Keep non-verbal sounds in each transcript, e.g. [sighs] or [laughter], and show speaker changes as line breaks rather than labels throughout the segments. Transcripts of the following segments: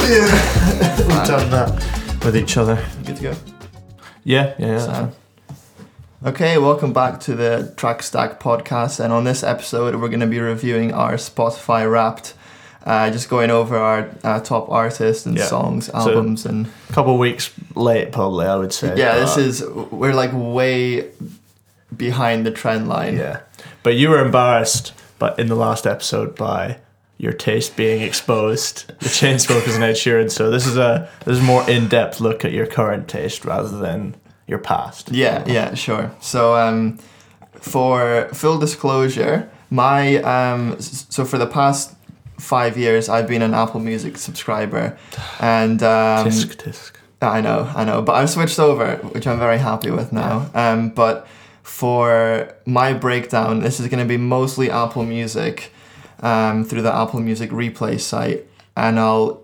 We've done that with each other. Good to go.
Yeah, yeah, yeah.
Sam. Okay, welcome back to the Track Stack podcast. And on this episode, we're going to be reviewing our Spotify Wrapped, uh, just going over our uh, top artists and
Yeah.
songs,
So-
albums, and
A couple of weeks late, probably. I would say.
yeah, this
but-
is we're like way behind the trend line.
Yeah, but you were embarrassed, but in the last episode by your taste being exposed, the Chainsmokers and Ed Sheeran. So this is a this is a more in depth look at your current taste rather than your past.
Yeah, yeah, sure. So, um, for full disclosure, my um, s- so for the past five years, I've been an Apple Music subscriber, and um,
tisk tisk.
I know, I know, but I've switched over, which I'm very happy with now. Um, but for my breakdown, this is going to be mostly Apple Music um, through the Apple Music Replay site, and I'll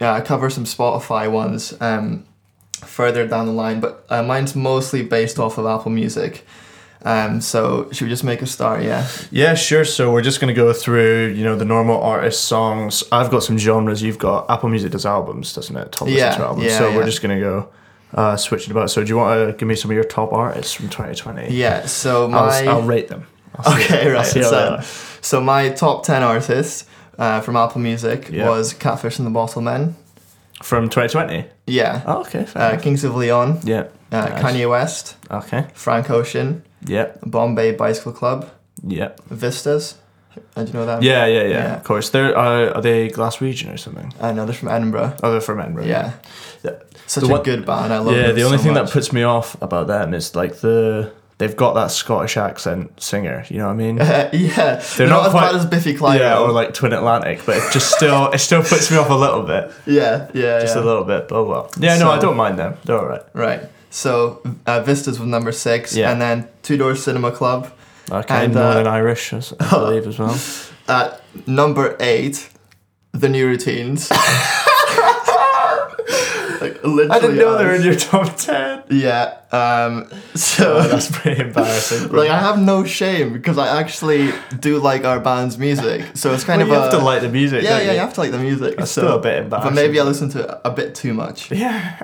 uh, cover some Spotify ones um, further down the line. But uh, mine's mostly based off of Apple Music. Um, so should we just make a start? Yeah,
Yeah, sure. So we're just gonna go through, you know, the normal artist songs. I've got some genres. You've got Apple Music does albums, doesn't it? Top listens
Yeah,
to albums.
yeah,
so
yeah.
we're just gonna go uh, switch it about. So do you want to give me some of your top artists from 2020?
yeah. So my
I'll, I'll rate them. I'll see-
Okay,
[laughs] I'll
right.
see how they
So,
are.
so my top ten artists uh, from Apple Music
Yeah.
was Catfish and the Bottlemen.
from 2020.
Yeah.
Oh, okay, fair
Uh,
enough.
Kings of Leon,
Yeah.
uh,
Nice.
Kanye West,
Okay.
Frank Ocean,
Yeah.
Bombay Bicycle Club,
Yeah.
Vistas. Uh, Do you know that?
Yeah. Yeah. Yeah.
yeah.
Of course. They're uh, are they Glaswegian or something?
I know Uh, they're from Edinburgh.
Oh, they're from Edinburgh.
Yeah.
Yeah.
Such
The
a
one-
good band. I love
Yeah.
them
The only
so
thing
much.
that puts me off about them is like the they've got that Scottish accent singer. You know what I mean?
[laughs] yeah. They're,
not
not,
quite-
as bad as Biffy Clyro.
yeah. Or [laughs] like um, Twin Atlantic, but it just still it still puts me off a little bit,
yeah, yeah,
just
yeah.
a little bit. But oh well. Yeah. No,
So-
I don't mind them. They're all right.
Right. So uh, Vistas was number six,
Yeah.
and then Two Door Cinema Club.
Okay.
And, uh,
Northern Irish, I s- [laughs] I believe as well.
At Uh, number eight, The New
[laughs]
Routines. [laughs] like, literally
I didn't know
us.
they were in your top ten.
Yeah. Um, [laughs] so
[laughs] Oh, that's pretty [laughs] embarrassing. bro.
like I have no shame because I actually do like our band's music. So it's kind
Well,
of
you
a,
have to like the music.
yeah,
don't
yeah,
you?
you have to like the music.
That's
so,
still a bit
but
embarrassing.
maybe I listen to it a bit too much.
Yeah.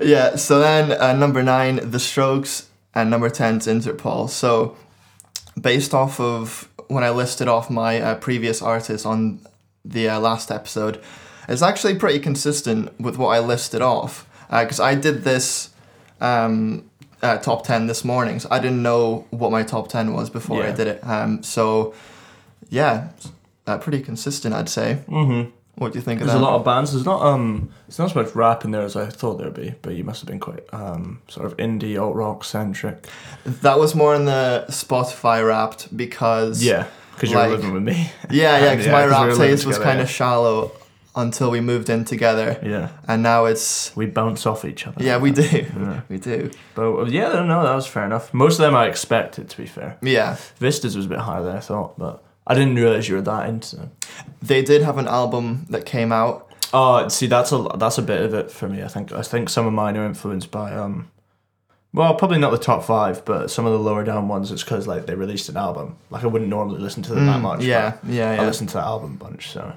Yeah. So then uh, number nine, The Strokes, and number ten's Interpol. So based off of when I listed off my uh, previous artists on the uh, last episode, it's actually pretty consistent with what I listed off because I did this um, uh, top ten this morning, so I didn't know what my top ten was before I
Yeah.
did it. Um, so yeah, uh, pretty consistent, I'd say.
Mm-hmm.
What do you think of
There's a
that?
lot of bands. There's not um, there's not as much rap in there as I thought there'd be, but you must have been quite um, sort of indie alt rock centric.
That was more in the Spotify Wrapped because
Yeah, because you're
Like-
living with [laughs] me.
Yeah, yeah,
And,
because
yeah,
my
'cause we
rap
were living
taste was
together,
kind
yeah.
of shallow until we moved in together,
yeah,
and now it's
we bounce off each other.
yeah, we do,
Yeah.
we do,
But uh, yeah, no, no, that was fair enough. Most of them I expected, to be fair.
yeah.
Vistas was a bit higher than I thought, but I didn't realize you were that into them.
They did have an album that came out.
Oh, see, that's a that's a bit of it for me. I think I think some of mine are influenced by um, well, probably not the top five, but some of the lower down ones. It's because like they released an album. Like I wouldn't normally listen to them that
Mm,
much.
yeah, yeah,
but
yeah,
I
yeah,
listen to that album bunch. So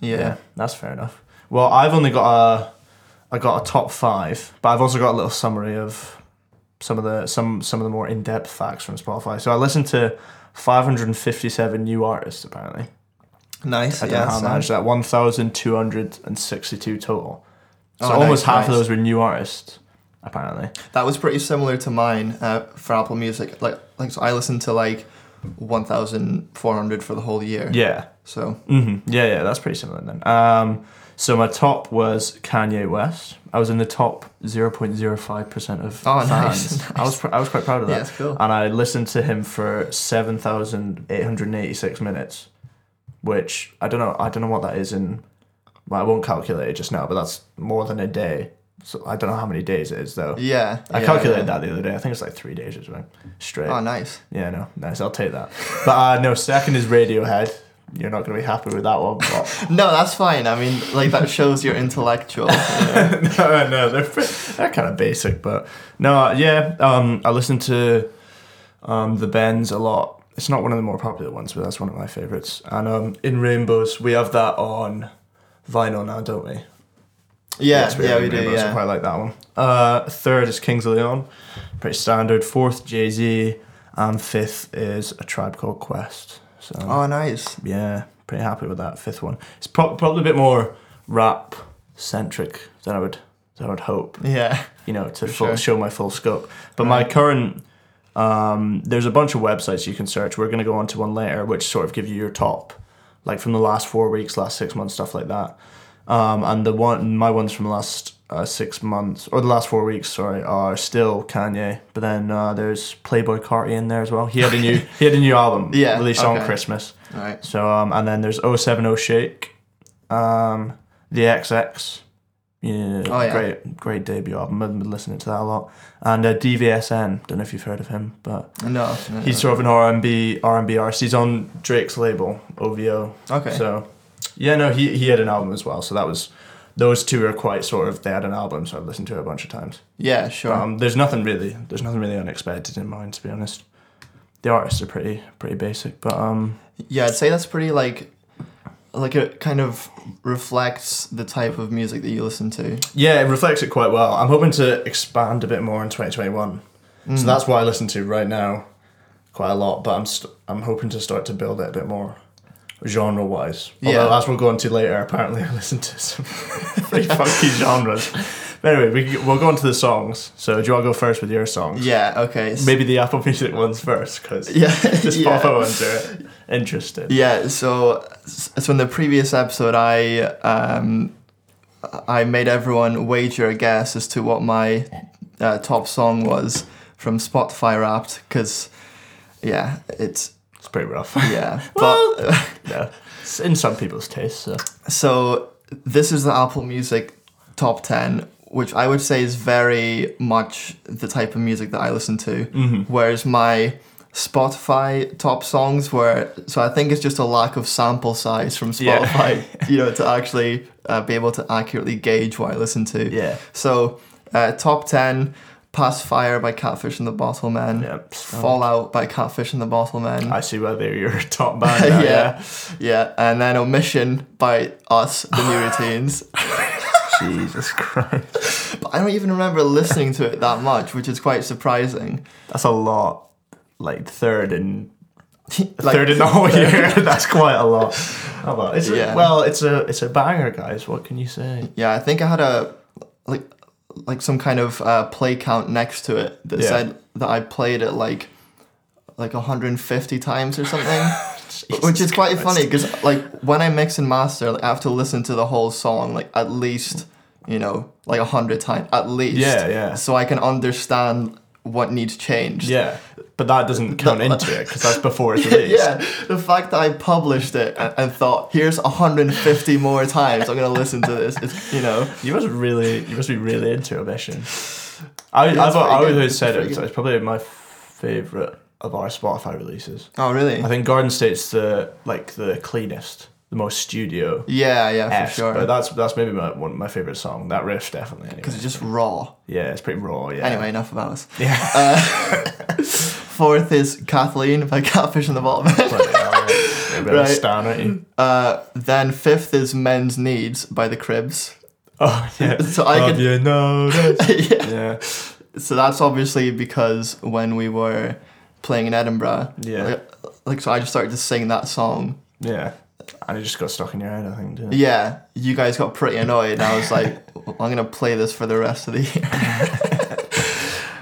yeah,
that's fair enough. Well, I've only got a I got a top five, but I've also got a little summary of some of the some some of the more in depth facts from Spotify. So I listened to 557 new artists apparently.
Nice.
I don't
yeah,
know how I
Sam.
managed that. 1,262 total. So
Oh,
almost
nice,
half of
nice.
those were new artists, apparently.
That was pretty similar to mine uh, for Apple Music. Like, like so I listened to like one thousand four hundred for the whole year.
Yeah.
So
hmm Yeah, yeah, that's pretty similar then. Um, so my top was Kanye West. I was in the top 0.05% of
Oh,
fans.
nice,
[laughs] I, was pr- I was quite proud of
yeah,
that.
it's cool.
And I listened to him for 7,886 minutes, which I don't know. I don't know what that is in. Well, I won't calculate it just now, but that's more than a day. So I don't know how many days it is though.
yeah,
I
yeah,
calculated
yeah.
that the other day. I think it's like three days or something. Straight.
Oh, nice.
yeah, no, nice. I'll take that. But uh, no, second is Radiohead. You're not going to be happy with that one. But
[laughs]
[laughs]
No, that's fine. I mean, like that shows you're intellectual.
no, no, they're, pretty, they're kind of basic. But no, yeah, um, I listen to um, The Bends a lot. It's not one of the more popular ones, but that's one of my favorites. And um, in Rainbows, we have that on vinyl now, don't we?
Yeah,
Yes,
yeah,
have
we do.
Rainbows. I
Yeah,
quite like that one. Uh, third is Kings of Leon, pretty standard. Fourth, Jay Z, and fifth is A Tribe Called Quest. So
oh,
[laughs]
nice.
yeah, pretty happy with that fifth one. It's pro- probably a bit more rap centric than I would than I would hope.
Yeah,
You know, to
sure.
full, show my full scope. But my current um, there's a bunch of websites you can search. We're gonna go on to one later, which sort of give you your top, like from the last four weeks, last six months, stuff like that. Um, and the one my ones from the last uh, six months or the last four weeks, sorry, are still Kanye. But then uh, there's Playboy Carti in there as well. He had a new
[laughs]
he had a new album
Yeah,
released
okay.
on Christmas.
all right.
So um, and then there's 070 Shake, um, the XX, yeah,
Oh, yeah.
great great debut album. I've been listening to that a lot. And uh, DVSN, don't know if you've heard of him, but
No, no,
he's sort of an R&B R&B artist. He's on Drake's label OVO.
no. okay.
So yeah, no, he he had an album as well. So that was those two are quite sort of they had an album, so I've listened to it a bunch of times.
yeah, sure.
Um, there's nothing really there's nothing really unexpected in mine to be honest. The artists are pretty pretty basic, but um.
yeah, I'd say that's pretty like, like it kind of reflects the type of music that you listen to.
Yeah, it reflects it quite well. I'm hoping to expand a bit more in 2021.
Mm.
So that's what I listen to right now quite a lot, but I'm st- I'm hoping to start to build it a bit more genre wise.
Yeah.
Although, as we'll go on to later, apparently [laughs] I listen
[laughs]
to some pretty funky genres. But anyway, we, can- we'll go on to the songs. So, do you want to go first with your songs?
Yeah. Okay. s-
Maybe the Apple Music ones first, because [laughs]
Yeah.
the
yeah.
Spotify ones are interesting.
Yeah, so so in the previous episode, I um, I made everyone wager a guess as to what my uh, top song was from Spotify Wrapped because yeah, it's
It's pretty rough. [laughs]
yeah. but
yeah. It's in some people's taste, so.
so this is the Apple Music top ten, which I would say is very much the type of music that I listen to. Whereas my Spotify top songs were so I think it's just a lack of sample size from
Yeah.
Spotify,
[laughs]
you know, to actually uh, be able to accurately gauge what I listen to.
Yeah.
So uh, top ten. Pass Fire by Catfish and the Bottlemen.
Yep.
Fallout by Catfish and the Bottlemen.
I see why they're your [laughs]
[laughs]
top band. now, yeah.
Yeah, and then Omission by us, the
[laughs]
New Routines.
Jesus Christ.
But I don't even remember listening to it that much, which is quite surprising.
That's a lot. Like third in
[laughs] Like,
third in
[laughs]
the whole year. [laughs] That's quite a lot. How about it's
Yeah.
a, well, it's a it's a banger, guys. What can you say?
Yeah, I think I had a like like some kind of uh, play count next to it that
Yeah.
said that I played it like like 150 times or
[laughs]
something, [laughs] which is quite funny because like when I mix and master, like, I have to listen to the whole song like at least you know like 100 times at least.
Yeah, yeah.
So I can understand what needs changed.
Yeah, but that doesn't
[laughs]
count into it because that's before it's released.
Yeah, the fact that I published it and, and thought, here's 150 more times I'm gonna listen to this. It's, you
[laughs]
know,
You must really, you must be really into Omission. I,
it's
I've,
pretty
I
good.
always
It's
said
pretty
it. It's probably my favorite of our Spotify releases.
oh really?
I think Garden State's the like the cleanest, the most studio.
Yeah, yeah, for
esque, But
sure.
that's that's maybe my one my favorite song. That riff definitely. Anyway.
Because it's just raw.
Yeah, it's pretty raw. Yeah.
Anyway, Uh, enough about us.
Yeah.
Fourth is Kathleen by [laughs] Catfish and the Bottom.
[laughs] Bloody hell, yeah. You're a bit of a
Right.
stan, aren't
[laughs]
you?
Uh, then fifth is Men's Needs by The Cribs. [laughs]
Oh yeah.
So I
Have
could-
you
[laughs]
noticed?
yeah.
yeah.
So that's obviously because when we were playing in Edinburgh,
Yeah.
like, like so I just started to sing that song.
Yeah. And it just got stuck in your head, I think. Didn't it?
Yeah, you guys got pretty annoyed. and I was
[laughs]
like, I'm gonna play this for the rest of the year.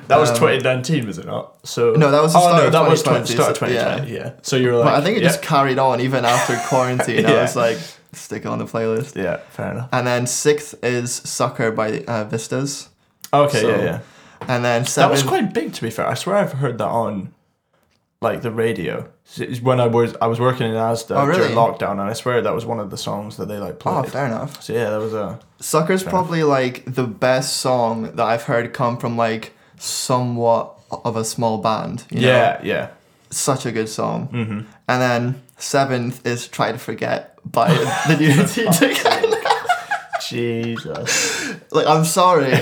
That was 2019, was it not? So
um, No, that was the
oh
start
no,
of
that was
2020,
20, start of
so- yeah.
2020. Yeah. So you were like,
But I think it
yeah,
just carried on even
[laughs]
after quarantine. I
Yeah.
was like, stick it on the playlist.
yeah, fair enough.
And then sixth is Sucker by uh, Vistas.
Okay,
So,
yeah, yeah.
And then
That
seventh.
was quite big, to be fair. I swear I've heard that on, like the radio. It's when I was I was working in ASDA
Oh, really?
during lockdown, and I swear that was one of the songs that they like played.
Oh, fair enough.
So yeah, that was a
Sucker's probably like the best song that I've heard come from like somewhat of a small band. You know?
yeah, yeah.
Such a good song. Mm-hmm. And then seventh is Try to Forget
[laughs]
by the [laughs] Unity Again.
Jesus,
[laughs] Like, I'm
[laughs]
sorry,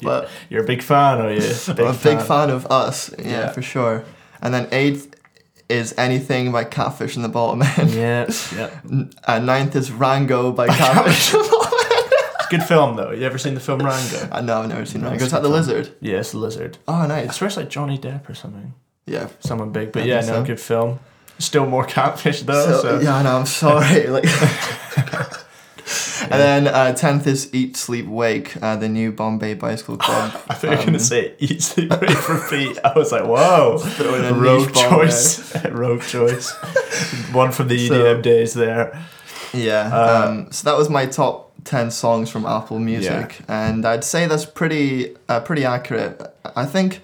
but [laughs]
you're a big fan, are you?
I'm a big fan of us. Yeah,
Yeah.
for sure. And then eighth is anything by Catfish and the Bottlemen. [laughs]
Yeah, yeah.
Uh, ninth is Rango by Catfish.
It's a good film though. You ever seen the film Rango?
[laughs] I know I've never seen
No,
Rango.
it's
Is that the
good
lizard?
Yeah, it's the lizard.
Oh,
I
nice.
swear it's like Johnny Depp or something.
Yeah.
Someone big, but
I
yeah, no,
think so.
good film. Still more catfish though. So,
So, Yeah, I know. I'm
[laughs]
sorry. Like. And then uh, tenth is Eat Sleep Wake, uh, the new Bombay Bicycle Club. Um,
[laughs] I thought you were gonna say eat, [laughs] sleep, breathe, repeat. I was like, whoa,
in a
rogue
niche bomb
choice, [laughs] rogue choice.
[laughs]
One from the EDM
So-
days there.
Yeah.
Uh,
um, so that was my top ten songs from Apple Music, and I'd say that's pretty uh, pretty accurate. I think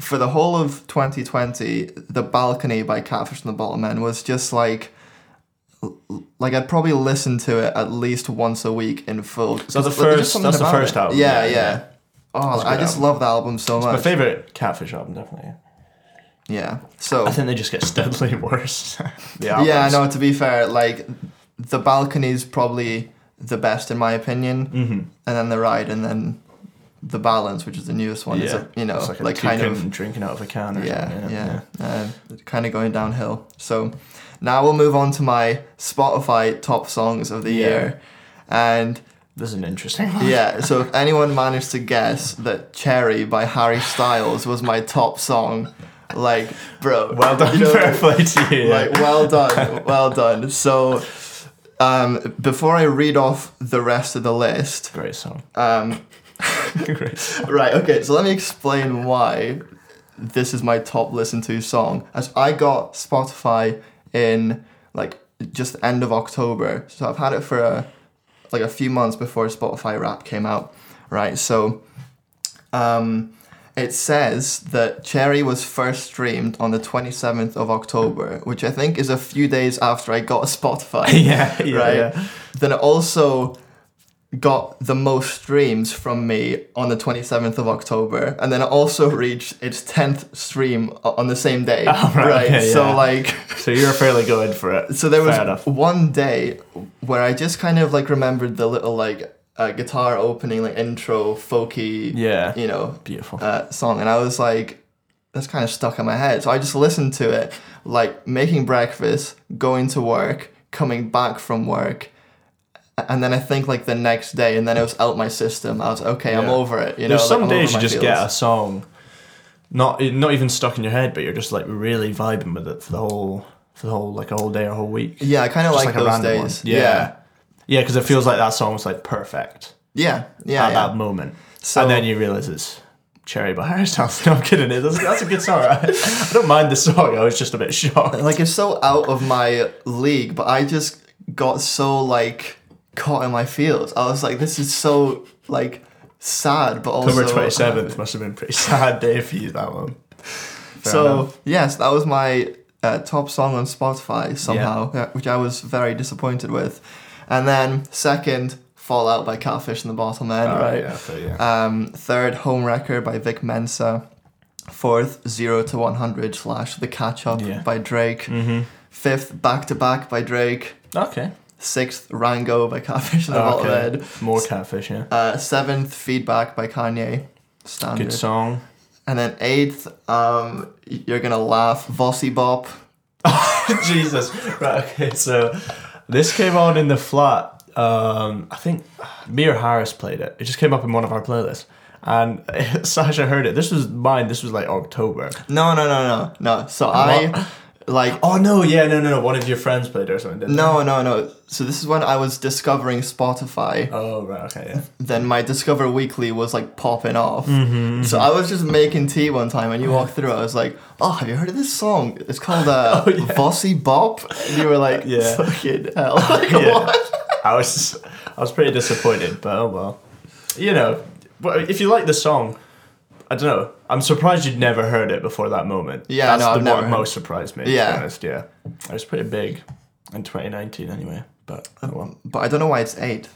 for the whole of 2020, "The Balcony" by Catfish and the Bottlemen was just like. Like I'd probably listen to it at least once a week in full.
So the
Like, there's
first-
just something
that's the
about
first
it.
album,
Yeah,
yeah,
yeah.
yeah.
Oh,
It's a good
I just
album.
love that album so
My
much.
favorite catfish album, definitely.
Yeah. So
I think they just get steadily [laughs] worse.
Oh.
the
[laughs] yeah,
albums.
no. To be fair, like the balcony's probably the best in my opinion, mm-hmm. and then the ride, and then the balance, which is the newest one. Is
Yeah.
a, you know,
It's
like,
a
kind
toucan
of
drinking out of a can. Or
yeah,
something,
yeah, Uh, kind of going downhill. So now we'll move on to my Spotify top songs of the
Yeah.
year, and
This is an interesting one. [laughs]
yeah. So if anyone managed to guess that "Cherry" by Harry Styles was my top song, like bro,
Well done,
you know,
fair play to you.
like well done well done so um, before i read off the rest of the list
Great song.
[laughs]
[laughs]
um,
Great. [laughs] song.
[laughs] right okay so let me explain why this is my top listen to song as i got spotify in like just the end of october so i've had it for a, like a few months before spotify rap came out right so um, it says that Cherry was first streamed on the 27th of October, which I think is a few days after I got [laughs] Spotify.
[laughs] yeah, yeah,
right?
yeah.
Then it also got the most streams from me on the 27th of October, and then it also reached its 10th stream o- on the same
[laughs]
day.
Oh, right, okay,
so,
yeah.
like,
So you were fairly going for it.
so there was
Fair enough.
one day where I just kind of like remembered the little like uh, guitar opening, like intro, folky,
Yeah.
you know,
Beautiful.
uh, song, and I was like, that's kind of stuck in my head. So I just listened to it, like making breakfast, going to work, coming back from work, a- and then I think like the next day, and then it was out my system. I was okay, I'm
Yeah.
over it. You know,
There's
like,
some
I'm
days
over
you
my
just
feelings.
get a song, not not even stuck in your head, but you're just like really vibing with it for the whole for the whole like a whole day or whole week.
Yeah, I kind of
Just
like,
a
those
random one.
days.
Yeah, yeah, because it feels like that song was like perfect
yeah, yeah.
at
yeah.
that moment,
So-
and then you realize it's. Cherry by Harry Styles. [laughs] No, I'm kidding. It that's, that's a good song. I, [laughs] I don't mind the song. I was just a bit shocked.
like it's so out of my league, but I just got so like caught in my feels. I was like, this is so like sad, but [laughs] also uh,
October twenty seventh must have been a pretty sad day for you. That one.
So
enough.
yes, that was my uh, top song on Spotify somehow, uh, which I was very disappointed with. And then second, Fallout by Catfish and the Bottlemen. right.
Yeah, so yeah.
Um, third, Home Wrecker by Vic Mensa. Fourth, Zero to 100 slash The Catch Up
Yeah. Mm.
by Drake. Fifth, Back to Back by Drake.
Mm-hmm. okay.
Sixth, Rango by Catfish and the
Okay.
Bottlemen.
More catfish. Yeah.
Uh, seventh, Feedback by Kanye.
Good
Standard.
song.
And then eighth, um, you're gonna laugh, Vossy Bop.
[laughs] Jesus. Right, okay, so this came on in the flat. Um, I think me or Harris played it. It just came up in one of our playlists. And [laughs] Sasha heard it. This was mine. This was like October.
No, no, no, no, no. So I, like,
Oh, no. Yeah, no, no, no. One of your friends played it or something, didn't
no, no, no. So this is when I was discovering Spotify.
they? Oh, right. Okay, yeah.
Then my Discover Weekly was like popping off.
Mm-hmm,
So I was just making tea one time, and you walked through. I was like, "Oh, have you heard of this song? It's called uh,
[laughs] Oh, yeah.
Vossy Bop." And you were like, [laughs]
Yeah.
"Fucking hell!" Like,
[laughs] yeah.
what?
I was I was pretty disappointed, but oh well. You know, but if you like the song, I don't know. I'm surprised you'd never heard it before that moment.
Yeah,
that's
no,
the
I've never
one
heard
most surprised me. to
Yeah.
be honest, yeah. It was pretty big in 2019, anyway. But
Uh,
oh well,
But I don't know why it's eight.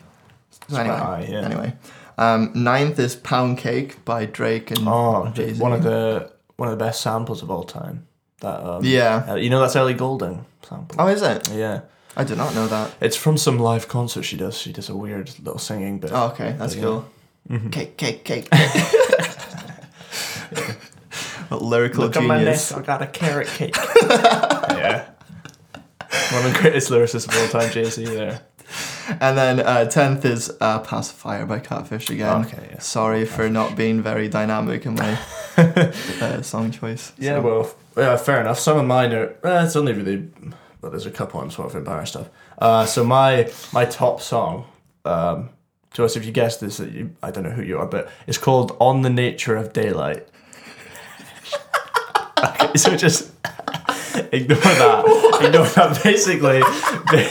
So
quite
anyway,
high, yeah.
anyway, um, ninth is Pound Cake by Drake and
oh, j-
Jay-Z.
one of the one of the best samples of all time. That um,
Yeah.
uh, you know that's Ellie Goulding sample.
Oh, is it?
Yeah,
I did not know that.
it's from some live concert she does. She does a weird little singing bit.
Oh,
Mm-hmm.
okay, that's
[laughs] Yeah.
cool. Cake, cake, cake. [laughs] lyrical
Look at my
genius.
neck, I got a carrot [laughs] cake. yeah. One of the greatest lyricists of all time, Jay Z there.
And then uh, tenth is uh, "Pacifier" by Catfish again.
Okay, yeah.
Sorry for not being very dynamic in
[laughs]
my uh, song choice.
Yeah,
So-
well, yeah, fair enough. Some of mine are. Uh, it's only really. Well, there's a couple I'm sort of embarrassed of. Uh, so my my top song, um, to us, if you guessed this, that you, I don't know who you are, but it's called "On the Nature of Daylight." [laughs] okay, so just [laughs] ignore that. Ignore that. Basically. [laughs] ba-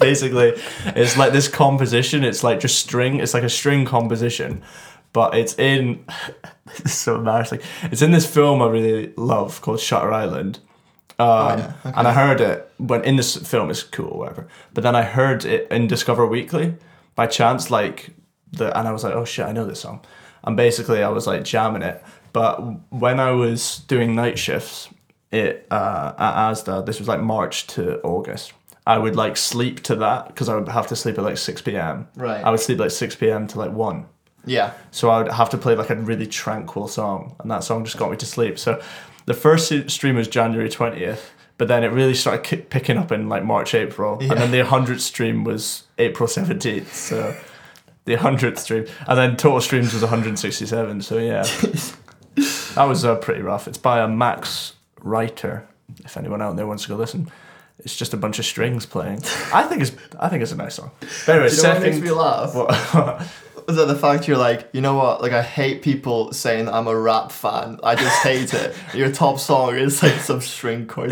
Basically, it's like this composition. It's like just string. It's like a string composition, but it's in [laughs] this is so embarrassing. It's in this film I really love called Shutter Island. Um,
Oh, yeah, okay.
And I heard it when in this film is cool, or whatever. But then I heard it in Discover Weekly by chance, like the, and I was like, oh shit, I know this song. And basically, I was like jamming it. But when I was doing night shifts it uh, at ASDA, this was like March to August. I would like sleep to that because I would have to sleep at like six p.m.
Right.
I would sleep like six p.m. to like one.
yeah.
So I would have to play like a really tranquil song, and that song just got me to sleep. So the first se- stream was January 20th, but then it really started ki- picking up in like March, April. And then the 100th stream was April 17th. So the 100th stream. And then total streams was 167.
[laughs]
So yeah, that was uh, pretty rough. It's by a Max Writer, if anyone out there wants to go listen. It's just a bunch of strings playing. I think it's I think it's a nice song. But anyway,
You know what makes
second-
me laugh?
[laughs] What-
Is that the fact you're like, you know what? Like, I hate people saying that I'm a rap fan. I just hate
[laughs]
it. Your top song is like some string chord.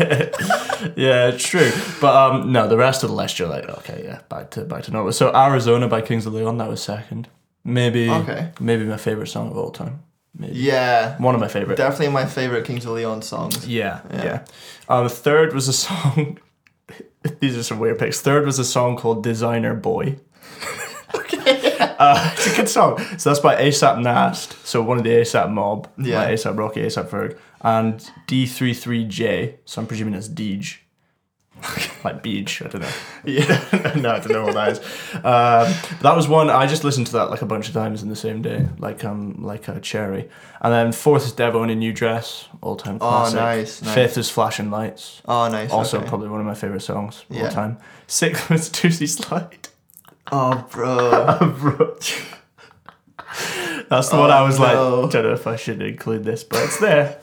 yeah, it's true. But um, no, the rest of the list you're like, okay, yeah, back to back to normal. So Arizona by Kings of Leon, that was second. Maybe
Okay.
maybe my favorite song of all time. Maybe
yeah,
one of my favorite.
definitely my favorite Kings of Leon songs.
yeah,
Yeah.
yeah. Um, third was a song. [laughs] These are some weird picks. Third was a song called "Designer Boy." okay. [laughs] Uh, it's a good song. So that's by ASAP Nast. So one of the ASAP Mob.
Yeah.
Like ASAP Rocky, ASAP Ferg, and D33J. So I'm presuming it's Deej. [laughs] like Beej, I don't know.
Yeah,
[laughs] no, I don't know what that is. Um, that was one I just listened to that like a bunch of times in the same day, like um, like a cherry. And then fourth is Devo in a New Dress, all time classic.
Oh, nice, nice.
Fifth is Flashing Lights,
Oh, nice.
also
okay.
probably one of my favorite songs of
Yeah.
all time. Sixth [laughs] was Juicy Slide.
Oh, bro.
That's the one I was
Oh, no.
like, don't know if I should include this, but it's
[laughs]
there.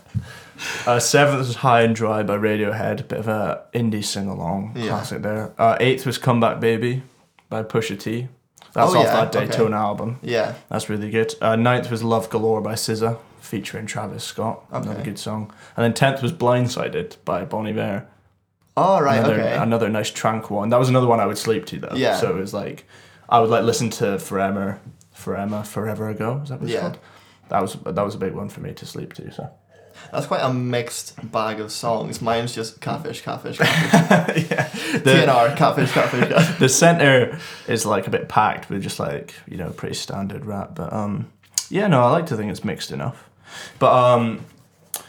Uh, seventh was High and Dry by Radiohead, bit of a indie sing along
Yeah.
classic there. Uh, eighth was Comeback Baby by Pusha T. That's
Oh,
off
yeah,
that
okay.
Daytona album.
yeah.
That's really good. Uh, ninth was Love Galore by SZA, featuring Travis Scott. Another
Okay.
good song. And then tenth was Blindsided by Bon Iver.
All right.
Another,
okay.
another nice trank one. That was another one I would sleep to though.
Yeah.
So it was like I would like listen to Forever, Forever, Forever Ago. Is that what it's
Yeah.
called? That was that was a big one for me to sleep to. So
That's quite a mixed bag of songs. Mine's just catfish,
[laughs]
catfish, catfish.
yeah. The,
TNR, catfish, catfish,
[laughs]
catfish.
the center is like a bit packed with just like you know pretty standard rap, but um yeah no I like to think it's mixed enough, but um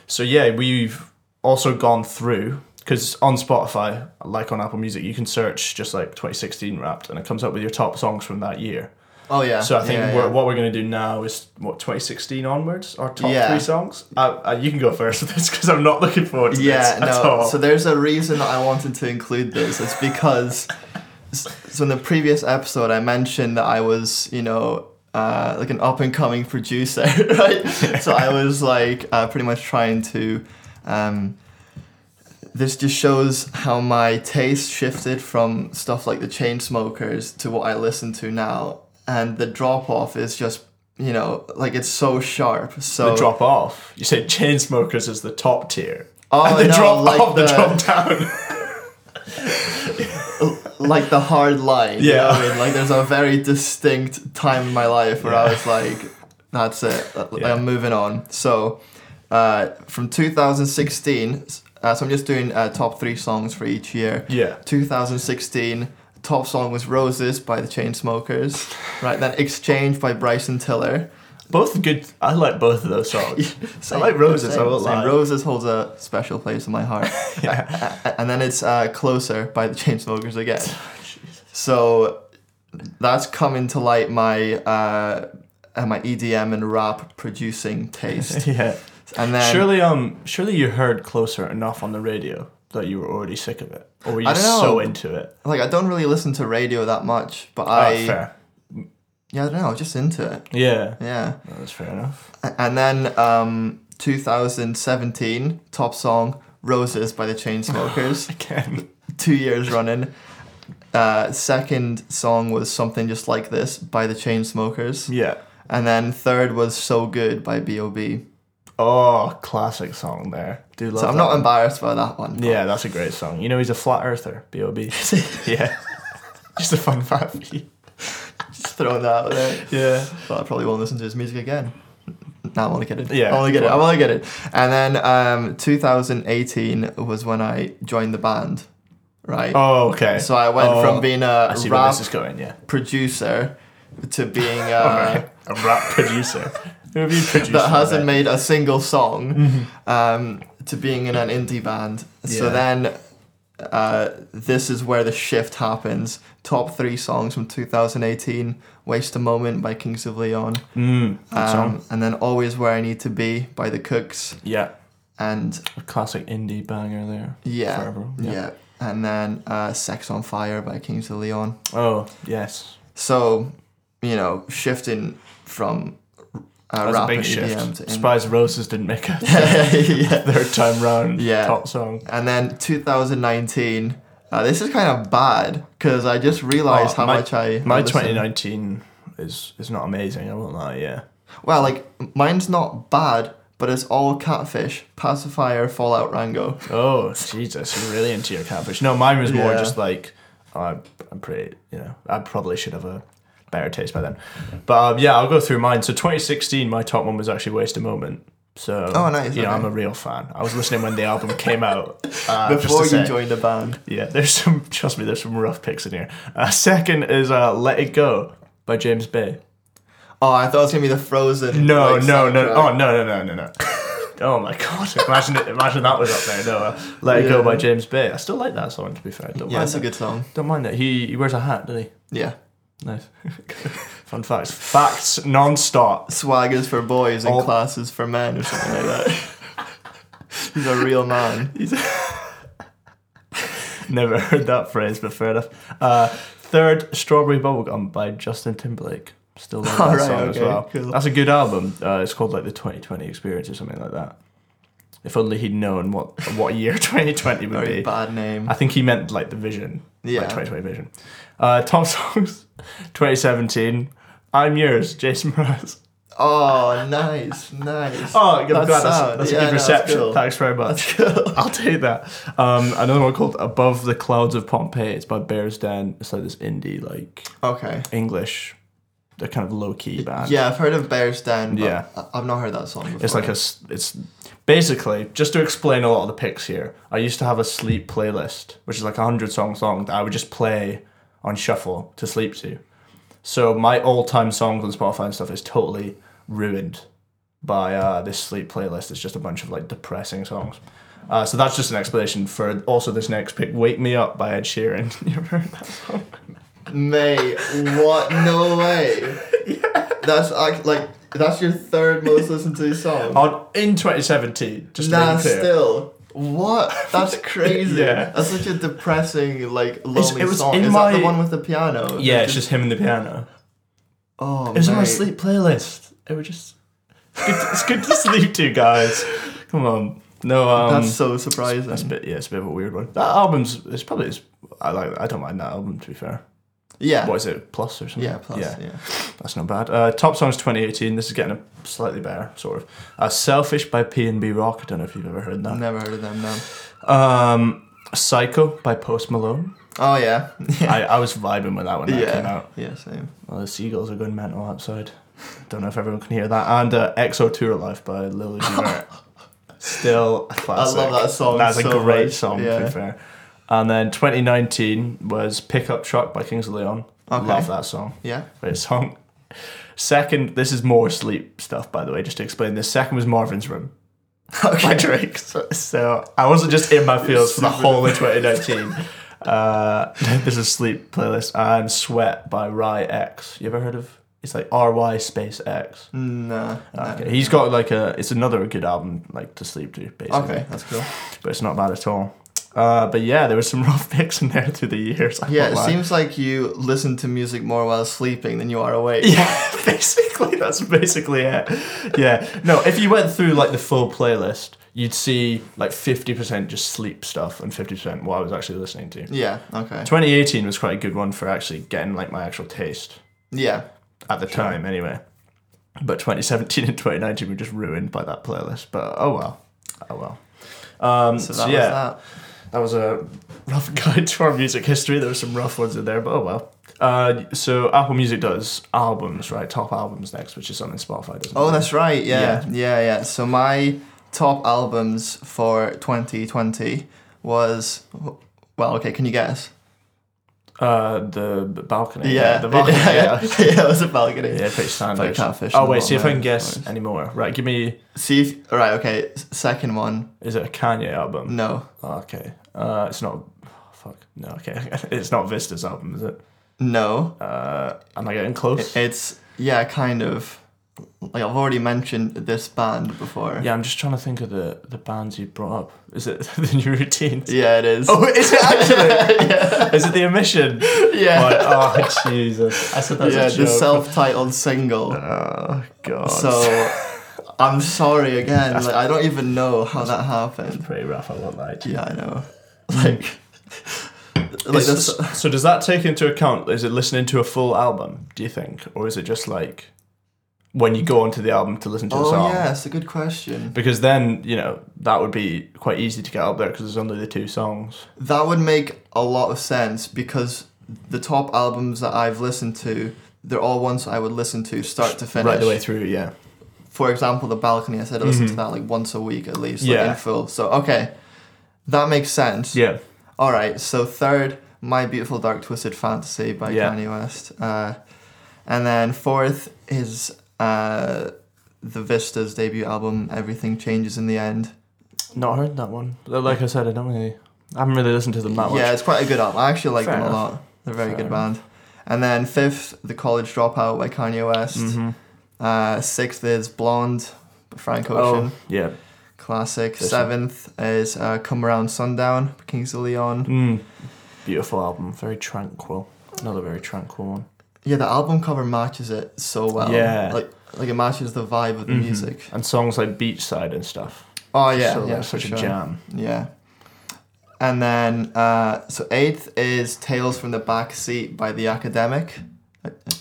so yeah we've also gone through because on Spotify like on Apple Music you can search just like 2016 Wrapped and it comes up with your top songs from that year.
Oh yeah.
So I think
yeah,
we're,
yeah.
what we're going to do now is what 2016 onwards, our top
Yeah.
three songs. Uh, uh, you can go first with this because I'm not looking forward to
Yeah,
this
no.
at all.
So there's a reason I wanted to include this. It's because s- so in the previous episode I mentioned that I was, you know, uh, like an up and coming producer, [laughs] right? so I was like uh, pretty much trying to. Um, this just shows how my taste shifted from stuff like the Chainsmokers to what I listen to now, and the drop off is just, you know, like it's so sharp. So
the drop off. You say chain smokers is the top tier.
Oh,
and the
no,
drop
like
off, the,
the-
drop down. [laughs]
like the hard line. You
Yeah.
know what I mean, like there's a very distinct time in my life where I was like, that's it. Like,
Yeah.
I'm moving on. So, uh, from 2016, uh, so I'm just doing uh, top three songs for each year.
yeah.
2016, top song was Roses by the Chainsmokers. Right, then Exchange by Bryson Tiller.
Both good. I like both of
[laughs]
those songs. I like Roses. I won't
same.
lie.
Roses holds a special place in my
[laughs]
heart. A- a- and then it's uh, Closer by the Chainsmokers again. So that's coming to light my uh, uh, my EDM and rap producing
[laughs]
taste.
yeah.
And then
surely, um, surely you heard closer enough on the radio that you were already sick of it, or were you
I don't know.
so into it?
like I don't really listen to radio that much, but I
oh, fair.
yeah I don't know, I'm just into it.
Yeah,
Yeah.
No, that's fair
[laughs]
enough.
A- And then um 2017 top song Roses by the
[laughs]
Chainsmokers.
Oh Again,
two years running. Uh, second song was something just like this by the Chainsmokers,
yeah.
and then third was "So Good" by B.O.B.
Oh, classic song there. Do love
So I'm
that
not
one.
embarrassed by that one. [laughs]
Yeah, that's a great song. You know, he's a flat earther. B.O.B. yeah. Just a fun fact. for you.
Just throwing that out there.
[laughs] Yeah.
But I probably won't listen to his music again. No, I'm only kidding.
Yeah,
I'm only kidding.
well-
I'm only kidding. And then um, 2018 was when I joined the band, right?
Oh, okay.
So I went
Oh,
from being a
I see where
rap
this is
[laughs]
going. Yeah.
producer to
[laughs]
being uh,
Alright. A rap producer. [laughs] Who have you produced?
that hasn't
already?
made a single song um, to being in an indie band. So
Mm-hmm. Yeah.
then uh, this is where the shift happens. Top three songs from 2018 Waste a Moment by Kings of Leon.
Mm, good song.
Um, and then Always Where I Need to Be by The Cooks.
Yeah.
And
A classic indie banger there.
yeah.
Forever.
Yeah. And then uh, Sex on Fire by Kings of Leon.
Oh, yes.
So, you know, shifting from. Uh,
That's
rap
a big
and EDM
shift.
to indie.
Surprised Roses didn't make a [laughs]
[laughs] yeah.
third time round
Yeah.
top song.
And then 2019. Uh, this is kind of bad because I just realized
Oh,
how
my-
much I
My
listen.
2019 is is not amazing. I won't lie. Yeah.
Well, like mine's not bad, but it's all catfish, pacifier, Fallout Rango.
Oh Jesus, you're really into your catfish. No, mine was more
Yeah.
just like oh, I'm, I'm pretty. You know, I probably should have a better taste by then. But um, yeah, I'll go through mine. So 2016, my top one was actually Waste a Moment. So
Oh, nice,
You know,
okay.
I'm a real fan. I was listening when the
[laughs]
album came out. Uh, just to
Before you
say-
joined the band,
yeah, there's some. Trust me, there's some rough picks in here. Uh, second is uh, Let It Go by James Bay.
oh, I thought it was gonna be the Frozen.
No,
like,
no, no.
soundtrack.
Oh, no, no, no, no, [laughs] no. oh my god! Imagine it. Imagine that was up there. No, uh, let it go
Yeah.
by James Bay. I still like that song. To be fair, don't
yeah,
mind.
it's a
That.
good song.
Don't mind that. He he wears a hat, does he?
Yeah,
Nice. [laughs] Fun facts. Facts non-stop.
swaggers for boys and
All-
classes for men, or something like that. [laughs] He's a real man.
Never heard that phrase, but fair enough. Uh, third, Strawberry Bubblegum by Justin Timberlake. Still love that
Alright,
song as
okay,
well.
cool.
That's a good album. Uh, it's called like the 2020 Experience or something like that. If only he'd known what what year [laughs] 2020 would
Very
be.
bad name.
I think he meant like the vision.
Yeah.
Like 2020 vision. Uh, top [laughs] songs 2017. I'm yours, Jason Mraz.
Oh, nice, nice.
Oh, I'm glad
That's
that's,
sound.
that's
Yeah,
a
no,
good
that's
reception.
cool.
Thanks very much. [laughs] I'll take that. Um, another one called Above the Clouds of Pompeii. It's by Bears Den. It's like this indie, like
Okay.
English, they're kind of low key band.
Yeah, I've heard of Bear's Den. But
Yeah.
I- I've not heard that song before.
It's like a, s- it's basically, just to explain a lot of the picks here, I used to have a sleep playlist, which is like a 100 song song that I would just play on shuffle to sleep to. So my all time songs on Spotify and stuff is totally ruined by uh, this sleep playlist. It's just a bunch of like depressing songs. Uh, so that's just an explanation for also this next pick, "Wake Me Up" by Ed Sheeran. [laughs] you ever heard that song?
Mate, what? No way.
[laughs]
That's act- like that's your third most listened to song.
On in 2017, just to
Oh. nah,
make it clear.
still.
[laughs]
What? That's crazy.
Yeah.
That's such a depressing, like lonely
it was
song.
in
Is that
my-
the one with the piano?
yeah,
It's
it's just him and the piano.
oh,
It was on my
mate.
sleep playlist. It was just. It's good, to, it's
[laughs]
good to sleep to, guys. Come on. No, um.
That's so surprising.
that's a bit, yeah, it's a bit of a weird one. That album's. It's probably. It's, I like. I don't mind that album, to be fair.
yeah.
What is it? Plus or something?
Yeah. Plus. Yeah.
That's not bad. Uh, top songs 2018. This is getting a slightly better, sort of. Uh, Selfish by P&B Rock. I don't know if you've ever heard
I've
that.
never heard of them. No.
Um, Psycho by Post Malone.
Oh yeah. [laughs]
[laughs] I, I was vibing with that when that came
yeah.
out.
Yeah. Same.
Well, the seagulls are going mental outside. [laughs] Don't know if everyone can hear that. And uh, EXO Tour Life by
[laughs]
Lily Duvert. Still a classic.
love that song
That's
so
a great
much,
song, to
yeah.
be fair. And then 2019 was Pickup Truck by Kings of Leon.
Okay.
Love that song. [laughs]
Yeah.
Great song. Second, this is more sleep stuff, by the way, just to explain this. Second was Marvin's Room
[laughs]
by [laughs] Drake. So, so I wasn't just in my feels for the whole of 2019. Uh, this is sleep playlist and Sweat by Rye X. You ever heard of It's like R Y space X.
Nah. nah.
Okay. He's got like a. It's another good album like to sleep to basically.
Okay, that's cool.
But it's not bad at all. Uh, but yeah, there was some [laughs] rough picks in there through the years. I'm
Yeah,
not
it
lying.
seems like you listen to music more while sleeping than you are awake.
[laughs] [laughs] Yeah, basically, that's basically it. Yeah. No, if you went through like the full playlist, you'd see like 50% just sleep stuff and 50% what I was actually listening to.
Yeah, okay.
2018 was quite a good one for actually getting like my actual taste
Yeah.
at the time, anyway. But 2017 [laughs] and 2019 were just ruined by that playlist. But oh well. Oh well. Um,
So
so,
that
yeah, that.
was
was a rough [laughs] guide to our music history. There were some rough ones in there, but oh well. Uh, so Apple Music does albums, right? Top albums next, which is something Spotify doesn't.
that. Oh,
do.
that's right. Yeah.
Yeah.
Yeah, yeah. So my top albums for 2020 was well, okay, can you guess?
uh, the b- balcony.
yeah.
the balcony.
[laughs] yeah,
Yeah,
yeah. it was a balcony.
yeah pretty standard.
catfish
oh
on
wait,
the
see if I
bottom,
can
yeah,
guess
always.
anymore. Right, give me.
See if all right, okay. s- Second one.
Is it a Kanye album?
No.
Oh, okay. Uh, it's not. oh, fuck. No. Okay. [laughs] it's not Vista's album, is it?
No.
Uh, am I getting close?
It's yeah, kind of. Like I've already mentioned this band before.
yeah, I'm just trying to think of the the bands you brought up. Is it [laughs] the new routines?
Yeah, it is.
Oh, is it actually? Is it the
[laughs]
omission? [laughs]
yeah.
Like, oh Jesus! I said that's
yeah,
a
the
joke.
self-titled single.
oh God.
So I'm sorry
[laughs]
again. Like, I don't even know how that happened.
pretty rough. I won't lie. to you.
Yeah, I know. [laughs] Like, like
Is-
this.
so does that take into account? Is it listening to a full album? Do you think, or is it just like when you go onto the album to listen to the
Oh
song?
yeah, it's a good question.
because then you know that would be quite easy to get up there because there's only the two songs.
That would make a lot of sense because the top albums that I've listened to, they're all ones I would listen to start to finish.
Right the way through, yeah.
For example, the balcony. I said I listen to that like once a week at least, like,
Yeah.
in full. So okay, that makes sense.
Yeah.
All right, so third, My Beautiful Dark Twisted Fantasy by
Yeah.
Kanye West. Uh, and then fourth is uh, the Vista's debut album, Everything Changes in the End.
Not heard that one. Like I said, I don't really. I haven't really listened to them that much.
Yeah, it's quite a good album. I actually like
Fair
them a
enough.
lot. They're a very
Fair
good band. And then fifth, The College Dropout by Kanye West.
Mhm.
Uh, sixth is Blonde, by Frank Ocean.
Oh, yeah.
Classic.
This one.
Seventh is uh, Come Around Sundown by Kings of Leon.
Mm. Beautiful album. Very tranquil. Another very tranquil one.
Yeah, the album cover matches it so well.
Yeah.
like like it matches the vibe of the
Mhm.
music.
And songs like Beachside and stuff.
Oh yeah,
So,
yeah,
like,
for
such
sure.
a jam.
Yeah, and then uh, so eighth is Tales from the Back Seat by the Academic.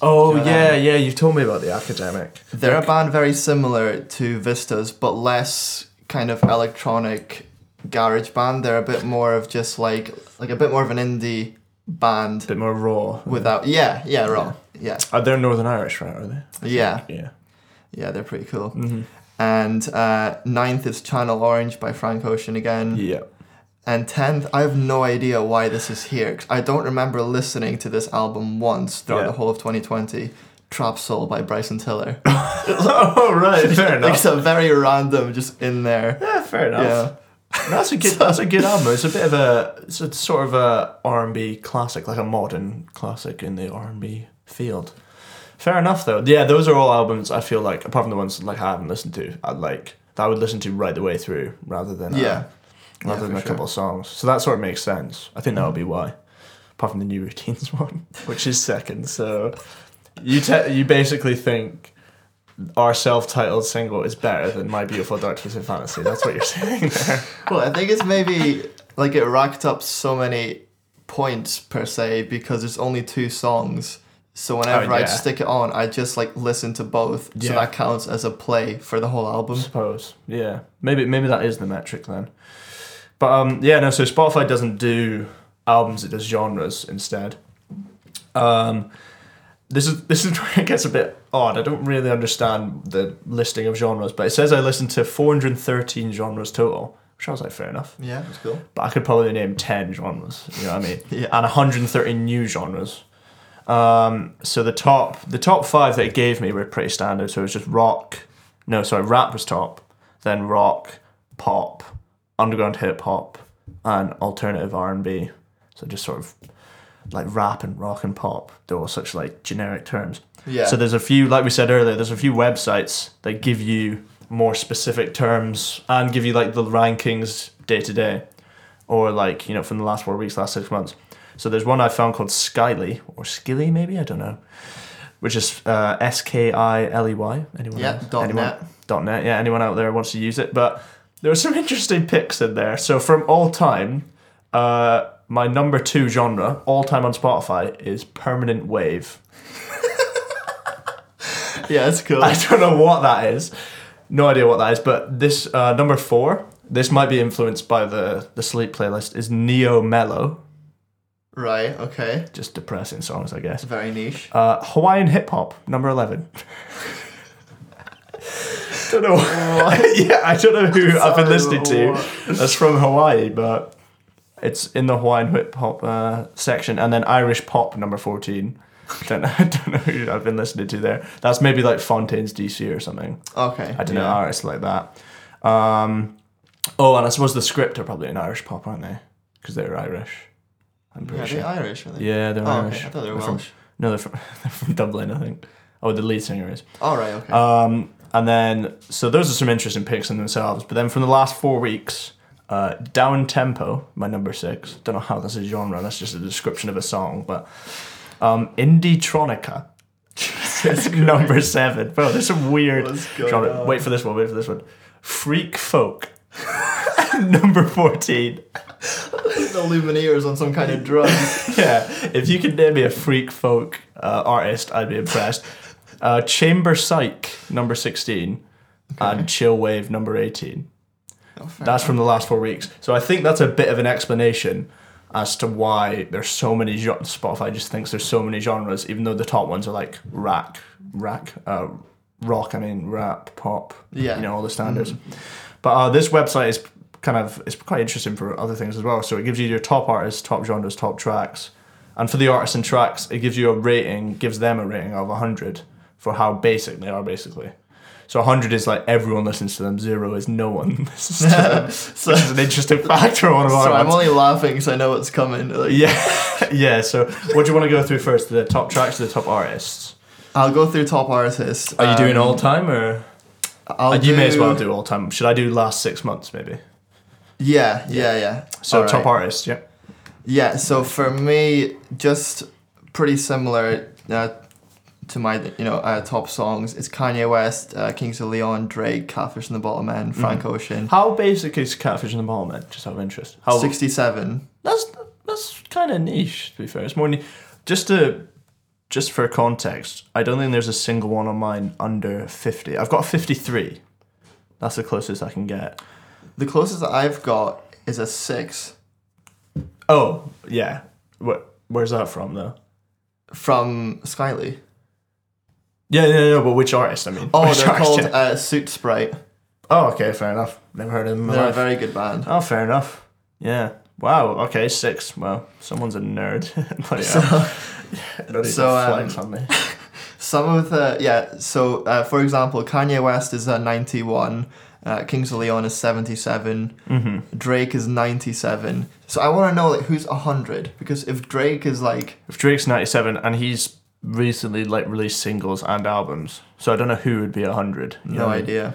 Oh
Do you know
yeah,
that?
yeah. You've told me about the academic.
They're a band very similar to Vistas, but less kind of electronic garage band. They're a bit more of just like like a bit more of an indie
A
band
bit more raw.
without yeah yeah raw yeah
Uh, they're Northern Irish, right? Are they?
yeah
Yeah.
yeah they're pretty cool.
Mm-hmm.
And uh, ninth is Channel Orange by Frank Ocean again.
Yeah.
And 10th, I have no idea why this is here. 'cause I don't remember listening to this album once throughout
Yeah.
the whole of 2020. Trap Soul by Bryson Tiller.
[laughs] oh [laughs] right. [laughs]
[laughs]
Fair
like,
enough.
so very random, just in there.
Yeah. Fair enough.
Yeah.
That's a good. That's a good album. It's a bit of a. It's a sort of a R and B classic, like a modern classic in the R and B field. Fair enough, though. Yeah, those are all albums I feel like, apart from the ones like I haven't listened to, I like that I would listen to right the way through, rather than uh,
Yeah.
rather
Yeah,
than
for
a
sure.
couple of songs. So that sort of makes sense. I think that would be why. Apart from the new routines [laughs] one, which is second. So you te- you basically think our self-titled single is better than My Beautiful Dark Twisted Fantasy. That's what you're saying there.
Well, I think it's maybe like it racked up so many points per se because it's only two songs. So whenever I
Oh, yeah.
stick it on, I just like listen to both. So
Yeah.
that counts as a play for the whole album.
suppose. Yeah. Maybe maybe that is the metric then. But um yeah, no, so Spotify doesn't do albums, it does genres instead. Um this is this is [laughs] where it gets a bit odd. I don't really understand the listing of genres, but it says I listened to 413 genres total, which I was like, fair enough.
Yeah, that's cool.
But I could probably name 10 genres, you know what I mean?
Yeah.
And 130 new genres. Um, so the top the top five that it gave me were pretty standard. So it was just rock. No, sorry, rap was top. Then rock, pop, underground hip hop, and alternative R and B. So just sort of like rap and rock and pop. They're all such like generic terms.
Yeah.
So there's a few, like we said earlier, there's a few websites that give you more specific terms and give you like the rankings day to day, or like you know from the last four weeks, last six months. So there's one I found called Skyly or Skilly, maybe I don't know, which is uh, S K I L E Y. Anyone?
Yeah,
else?
dot
anyone,
net.
Dot net. Yeah. Anyone out there wants to use it? But there are some interesting picks in there. So from all time, uh, my number two genre all time on Spotify is permanent wave.
yeah, that's cool.
[laughs] I don't know what that is. No idea what that is. But this uh, number four, this might be influenced by the the sleep playlist. Is neo mellow,
right. Okay.
just depressing songs, I guess.
It's very niche.
Uh, Hawaiian hip hop, number eleven. [laughs] don't know. [laughs] yeah, I don't know who I've been
Sorry,
listening to.
what?
That's from Hawaii, but it's in the Hawaiian hip hop uh, section, and then Irish pop, number fourteen. Don't know, [laughs] don't know who I've been listening to there. That's maybe like Fontaine's DC or something.
Okay.
I don't know
yeah.
artists like that. Um, oh, and I suppose the script are probably an Irish pop, aren't they? Because they're Irish. I'm
Yeah,
pretty
are
sure.
they Irish? Are they?
Yeah, they're
Oh,
Irish.
okay. I thought they were
They're from-
Welsh.
no, they're from, [laughs] they're from Dublin, I think. Oh, the lead singer is.
All right. Okay.
Um, and then, so those are some interesting picks in themselves. But then from the last four weeks, uh, Down Tempo, my number six. Don't know how that's a genre. That's just a description of a song. But um, Indie [laughs] Tronica, number seven. Bro, there's some weird
What's going
genre.
on?
Wait for this one. Wait for this one. Freak Folk, [laughs] number 14.
the Lumineers on some kind of
[laughs]
drugs.
yeah, if you could name me a freak folk uh, artist, I'd be impressed. Uh, Chamber Psych, number 16, and Chill Wave, number 18.
Oh, fair.
That's from the last four weeks. So I think that's a bit of an explanation as to why there's so many genres. Spotify just thinks there's so many genres, even though the top ones are like rack, rack, uh, rock, I mean, rap, pop,
Yeah. Mm-hmm.
you know, all the standards. But uh, this website is kind of, it's quite interesting for other things as well. So it gives you your top artists, top genres, top tracks. And for the artists and tracks, it gives you a rating, gives them a rating of 100 for how basic they are, basically. So 100 is like everyone listens to them, zero is no one [laughs] listens to them. so it's an [laughs] interesting factor on one of our
Sorry, I'm
ones.
only laughing because I know what's coming. Like,
Yeah, yeah. So what do you want to go through first? The top tracks, the top artists.
I'll go through top artists.
Are you doing
Um,
all time or?
I'll
you may as
do-
well do all time. Should I do last six months maybe?
Yeah, yeah, yeah.
So
All
top
right.
artists, yeah.
Yeah, so for me, just pretty similar uh, to my you know uh, top songs. It's Kanye West, uh, Kings of Leon, Drake, Catfish and the Bottom End, Frank
Mm-hmm.
Ocean.
How basic is Catfish in the Bottle, man? Just out of interest. How
Sixty-seven.
that's that's kind of niche to be fair. It's more ni- just to just for context. I don't think there's a single one on mine under fifty. I've got fifty three. That's the closest I can get.
The closest that I've got is a six
Oh yeah. What? Where's that from though?
from Skyly.
Yeah, yeah, yeah. But which artist? I mean.
Oh,
which
they're
artist,
called
yeah.
uh, Suit Sprite.
Oh, okay. Fair enough. Never heard of him. in my
They're a
life.
very good band.
Oh, fair enough. Yeah. Wow. Okay, six. Well, someone's a nerd. [laughs] Bloody
So-
hell. Don't need to
so, um,
flex on me.
[laughs] Some of the yeah. So uh, for example, Kanye West is a ninety-one. Uh, Kings of Leon is seventy-seven.
mm-hmm.
Drake is ninety-seven. So I want to know like who's hundred because if Drake is like
If Drake's 97 and he's recently like released singles and albums, so I don't know who would be 100. you know
no
what I mean?
idea,
It'll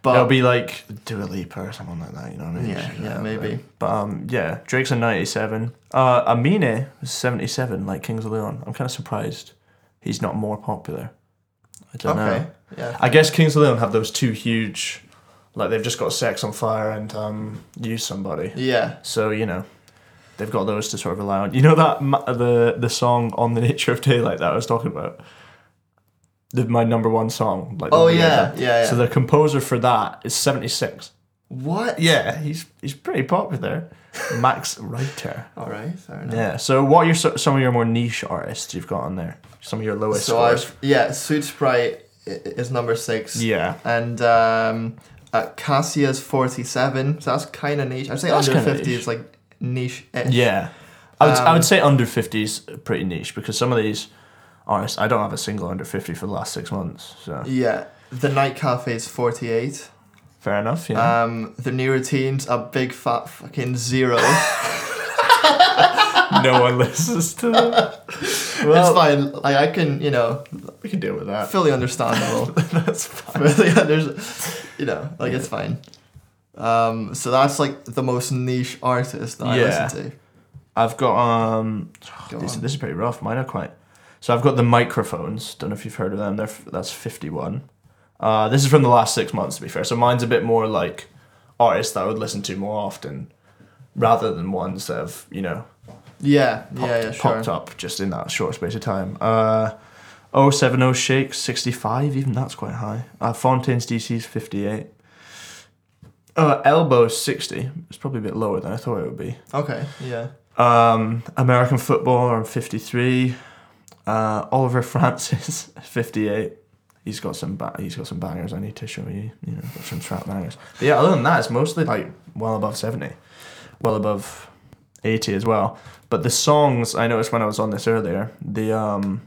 but
be like Dua Lipa or someone like that, you know what I mean?
Yeah,
Shit,
yeah,
like that.
maybe.
But um, yeah, Drake's a 97. Uh, Amine was 77, like Kings of Leon. I'm kind of surprised he's not more popular. I don't know.
okay, yeah,
I guess Kings of Leon have those two huge, like they've just got Sex on Fire and um, Use Somebody.
yeah,
So you know, they've got those to sort of rely on. You know that ma- the the song on the nature of daylight that I was talking about, the, my number one song. Like the
Oh,
one we
yeah,
had.
yeah, yeah.
So the composer for that is seventy six.
what?
Yeah, he's he's pretty popular, Max Reiter.
All right, fair enough.
Yeah. So what are your so- some of your more niche artists you've got on there? Some of your lowest.
So
scores.
I've yeah, Suit Sprite i- is number six.
Yeah.
and um, uh, Cassia's forty-seven. So that's kind of niche. I'd say
That's
under
kinda
fifty
niche.
is like niche.
Yeah. I would, I would say under 50 is pretty niche because some of these artists, I don't have a single under 50 for the last six months. So
Yeah. The Night Cafe is 48.
fair enough. Yeah.
Um, the New Routines are big fat fucking zero.
[laughs] no one listens to that. [laughs] Well,
it's fine. Like I can, you know,
we can deal with that.
fully understandable.
[laughs]
[laughs]
That's fine.
really, there's, you know, like it's fine. Um, so that's like the most niche artist that I
Yeah.
listen to.
I've got um.
Go
this,
on.
this is pretty rough. Mine are quite. So I've got the microphones. Don't know if you've heard of them. They're f- that's fifty one. Uh, this is from the last six months, to be fair. So mine's a bit more like artists that I would listen to more often, rather than ones that have you know
Yeah,
popped,
yeah, yeah, sure.
popped up just in that short space of time. Uh, 070 Shakes, 65, even that's quite high. Uh, Fontaine's DC's 58. Uh, Elbow's 60. It's probably a bit lower than I thought it would be.
Okay, yeah.
Um, American Footballer, I'm 53. Uh, Oliver [laughs] Francis, 58. He's got some ba- he's got some bangers. I need to show you, you know, got some trap bangers. But yeah, other than that, it's mostly like well above seventy, well above eighty as well. But the songs I noticed when I was on this earlier, the um,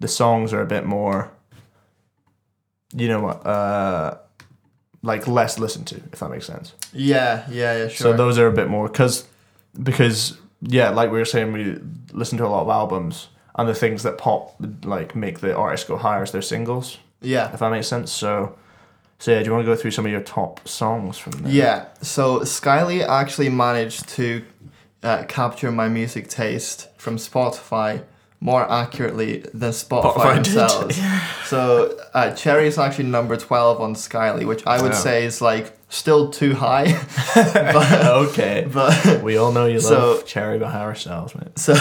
the songs are a bit more, you know what, uh, like less listened to, if that makes sense.
Yeah, yeah, yeah, sure.
So those are a bit more because because yeah, like we were saying, we listen to a lot of albums, and the things that pop like make the artist go higher is their singles,
yeah.
if that makes sense. So so yeah, do you want to go through some of your top songs from there?
Yeah. So Skyly actually managed to uh, capture my music taste from Spotify more accurately than Spotify,
Spotify did. [laughs]
themselves. so uh, Cherry is actually number 12 on Skyly, which I would
Yeah.
say is like still too
[laughs]
high. [laughs]
okay.
but
We all know you
So-
love Cherry by Harry Styles, mate.
so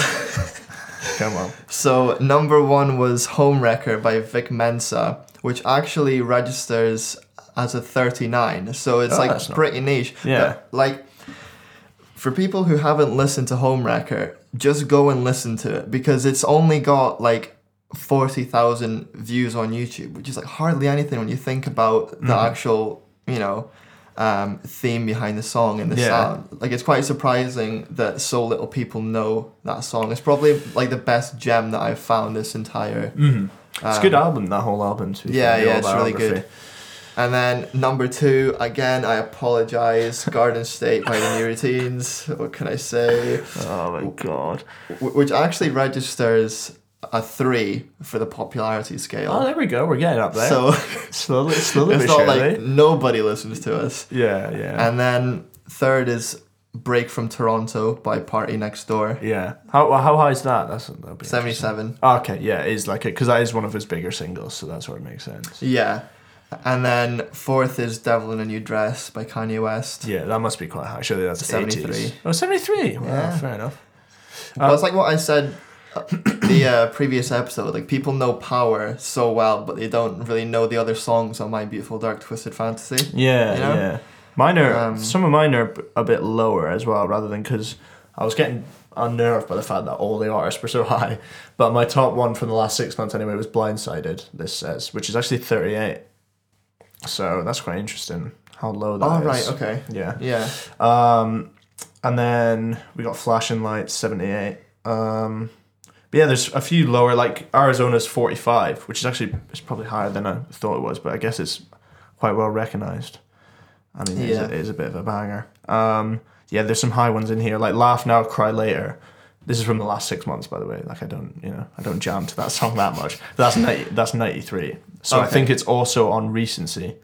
Come on.
So number one was Home Wrecker by Vic Mensa, which actually registers as a 39. So it's
Oh,
like
that's not-
pretty niche.
Yeah.
But, like for people who haven't listened to Home Wrecker, just go and listen to it because it's only got like 40,000 views on YouTube, which is like hardly anything when you think about the
Mm-hmm.
actual, you know, um, theme behind the song and the
Yeah.
sound. Like it's quite surprising that so little people know that song. It's probably like the best gem that I've found this entire. um,
It's a good album, that whole album too.
Mm-hmm. yeah, yeah, it's really good. And then number two, again, I
[laughs]
apologize. Garden State by the New Routines. What can I say?
Oh my god.
Wh- Which actually registers a three for the popularity
Oh,
scale.
there we go. We're getting up there.
So
slowly, slowly,
it's
but
not
surely.
like nobody listens to us.
yeah, yeah,
And then third is Break from Toronto by Party Next Door.
yeah. How how high is that? That's that'll be
77.
Okay, yeah, it is like it because that is one of his bigger singles, so that's where it makes sense.
Yeah. And then fourth is Devil in a New Dress by Kanye West.
Yeah, that must be quite high. Surely that's
73.
73. Oh, 73. Wow,
Yeah.
fair enough.
well, it's like what I said uh, [coughs] the uh, previous episode. Like, people know Power so well, but they don't really know the other songs on My Beautiful Dark Twisted Fantasy.
Yeah,
You know?
yeah. Mine are
Um,
some of mine are b- a bit lower as well, rather than because I was getting unnerved by the fact that all the artists were so high. But my top one from the last six months anyway was Blindsided. This says, which is actually 38. So that's quite interesting. How low that
Oh,
is.
right, okay.
Yeah.
Yeah.
Um, and then we got Flashing Lights 78. Um, but yeah, there's a few lower, like Arizona's 45, which is actually it's probably higher than I thought it was, but I guess it's quite well recognized. I mean, it, is a,
Yeah.
it is a bit of a banger. Um, yeah, there's some high ones in here, like Laugh Now, Cry Later. This is from the last six months, by the way. Like I don't, you know, I don't jam to that [laughs] song that much. That's 90, that's 93. So I
Okay.
think it's also on recency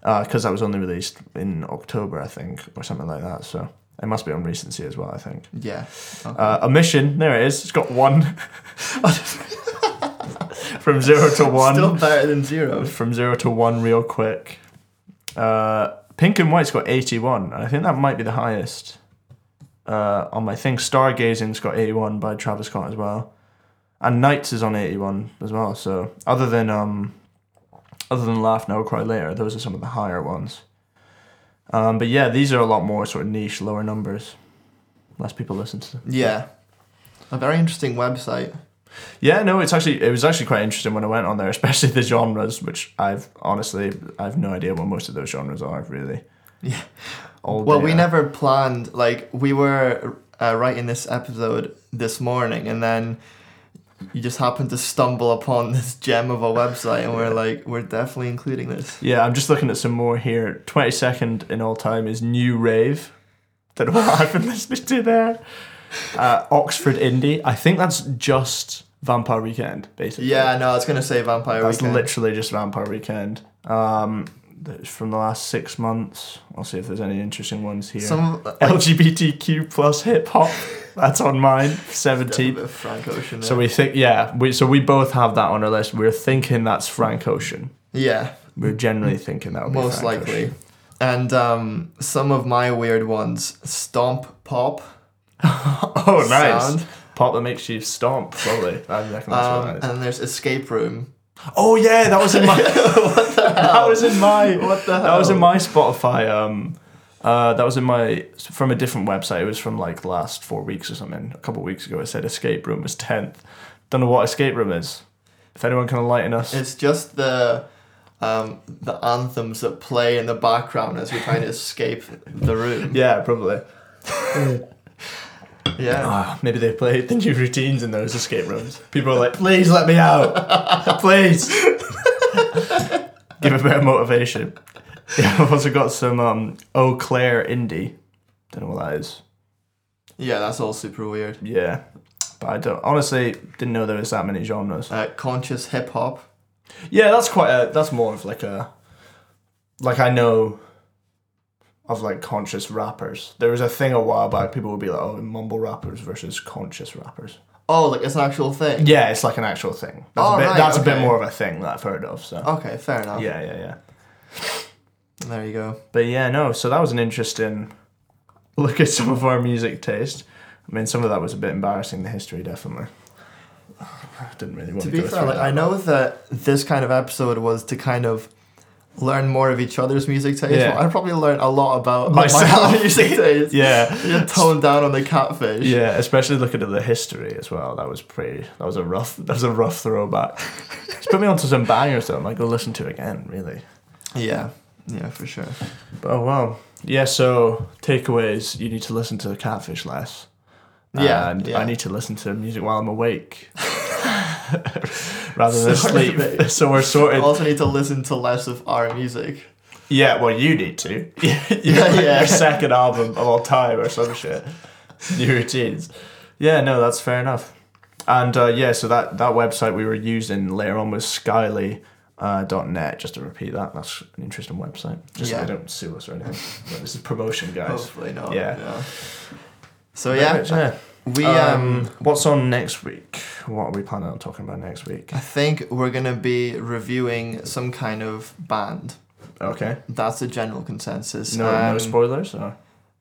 because that was only released in October, I think, or something like that. So it must be on recency as well, I think.
Yeah. Okay.
Uh, omission, there it is. It's got one [laughs] from zero to one.
Still better than zero.
From zero to one, real quick. Uh, Pink and White's got 81, and I think that might be the highest uh, on my thing. Stargazing's got 81 by Travis Scott as well. And Knights is on 81 as well. So other than um, other than Laugh Now Cry Later, those are some of the higher ones. Um, but yeah, these are a lot more sort of niche, lower numbers. Less people listen to them.
Yeah. A very interesting website.
Yeah, no, it's actually it was actually quite interesting when I went on there, [laughs] especially the genres, which I've honestly I've no idea what most of those genres are really.
Yeah.
All
Well,
day,
we
uh,
never planned. Like we were uh, writing this episode this morning, and then you just happened to stumble upon [laughs] this gem of a website, and we're like, we're definitely including
[laughs]
this.
Yeah, I'm just looking at some more here. [laughs] Twenty second in all time is New Rave. Don't know what I've been listening to there. uh, Oxford indie. I think that's just Vampire Weekend, basically.
Yeah, no, I was gonna say Vampire
That's
Weekend.
literally just Vampire Weekend. Um, that's from the last six months. I'll see if there's any interesting ones here.
Some uh,
LGBTQ plus hip hop. That's on mine. Seventeenth.
of Frank Ocean.
So
there.
we think, yeah, we so we both have that on our list. We're thinking that's Frank Ocean.
yeah,
We're generally thinking that would be
most
Frank
likely.
Ocean.
And um, some of my weird ones: Stomp Pop.
Oh, nice.
Sound.
Pop that makes you stomp. Probably. I
Um,
reckon that's
and
what that is.
then there's Escape Room.
Oh yeah, that
[laughs]
was in my. [laughs] that was in my.
What the
That was in
hell?
my Spotify. Um, uh, that was in my from a different website. It was from like last four weeks or something. A couple of weeks ago, it said Escape Room was tenth. Don't know what Escape Room is. If anyone can enlighten us,
It's just the um, the anthems that play in the background as we try to escape the room.
yeah, probably.
Yeah.
Ah, maybe they play the new routines in those escape rooms. People are like, please let me out.
[laughs]
please. Give a bit of motivation. [laughs] Yeah, I've also got some um, Eau Claire indie. Don't know what that is.
Yeah, that's all super weird.
Yeah. But I don't honestly didn't know there was that many genres.
Uh, conscious hip hop.
Yeah, that's quite a that's more of like a like I know of like conscious rappers. There was a thing a while back people would be like, oh mumble rappers versus conscious rappers.
Oh, like it's an actual thing.
Yeah, it's like an actual thing. That's,
Oh,
a, bit,
right,
that's a bit
okay.
more of a thing that I've heard of. So
Okay, fair enough.
yeah, yeah, yeah.
There you go.
But yeah, no. So that was an interesting look at some of our music taste. I mean, some of that was a bit embarrassing. The history, definitely. [sighs] I didn't really want
To
to,
be
go
fair,
through
like,
that.
I know that this kind of episode was to kind of learn more of each other's music taste.
Yeah.
Well, I probably learned a lot about
Myself.
my [laughs] own music taste.
[laughs] Yeah,
You're toned down on the catfish.
yeah. Especially looking at the history as well. That was pretty. That was a rough. [laughs] That was a rough throwback. it's put me onto some bangers though. I might go listen to again. Really.
Yeah. Yeah, for sure.
But, oh wow. Yeah. So takeaways: you need to listen to the Catfish less.
Yeah,
and
yeah.
I need to listen to music while I'm awake [laughs] rather
[laughs]
than
Sorry,
sleep. [laughs] So we're sorted.
I also need to listen to less of our music.
yeah, well, [laughs] you need to. yeah,
[laughs] yeah.
Your second album of all time or
[laughs]
some shit. New routines. Yeah, no, that's fair enough. And uh, yeah, so that, that website we were using later on was Skyly. Uh, dot net just to repeat that that's an interesting website just so
Yeah.
they don't sue us or anything No, this is promotion guys
Hopefully not.
Yeah.
So yeah, we um,
what's on next week what are we planning on talking about next week
I think we're gonna be reviewing some kind of band.
okay
That's the general consensus.
No, no
Um,
spoilers. Or?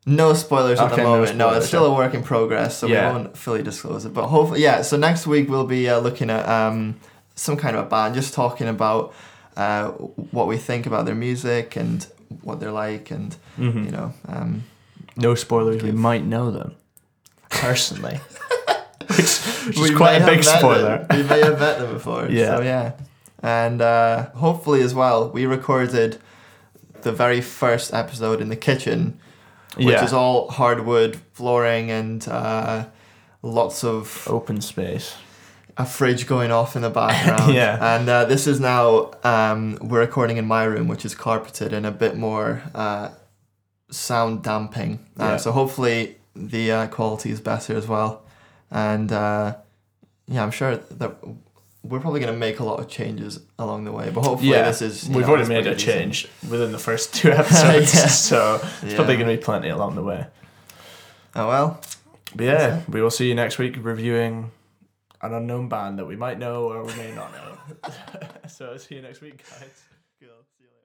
no spoilers at the
Okay, no
moment. No,
spoilers,
it's still a work in progress, so
Yeah.
we won't fully disclose it. But hopefully, yeah. So next week we'll be uh, looking at um, some kind of a band, just talking about uh, what we think about their music and what they're like, and you know, um,
No spoilers.
we
We might know them personally, [laughs] which, which
We
is
may
quite a
have
big
met
spoiler.
them. We may have
[laughs]
met them before.
Yeah.
So yeah, and uh, hopefully as well, we recorded the very first episode in the kitchen, which
yeah,
is all hardwood flooring and uh, lots of
open space.
a fridge going off
[laughs]
in the background.
Yeah.
And uh, this is now um, we're recording in my room, which is carpeted and a bit more uh, sound damping. Uh,
Yeah.
So hopefully the uh, quality is better as well. And uh, yeah, I'm sure that we're probably going to make a lot of changes along the way. But hopefully
Yeah,
this is you
We've
know,
already
it's
made a
pretty decent.
change within the first
[laughs]
two episodes,
Yeah.
so it's probably
Yeah.
going to be plenty along the way.
Oh well.
But yeah, we will see you next week reviewing an
[laughs]
[laughs] unknown band that we might know or we may not know. so see you next week, guys.
See you later.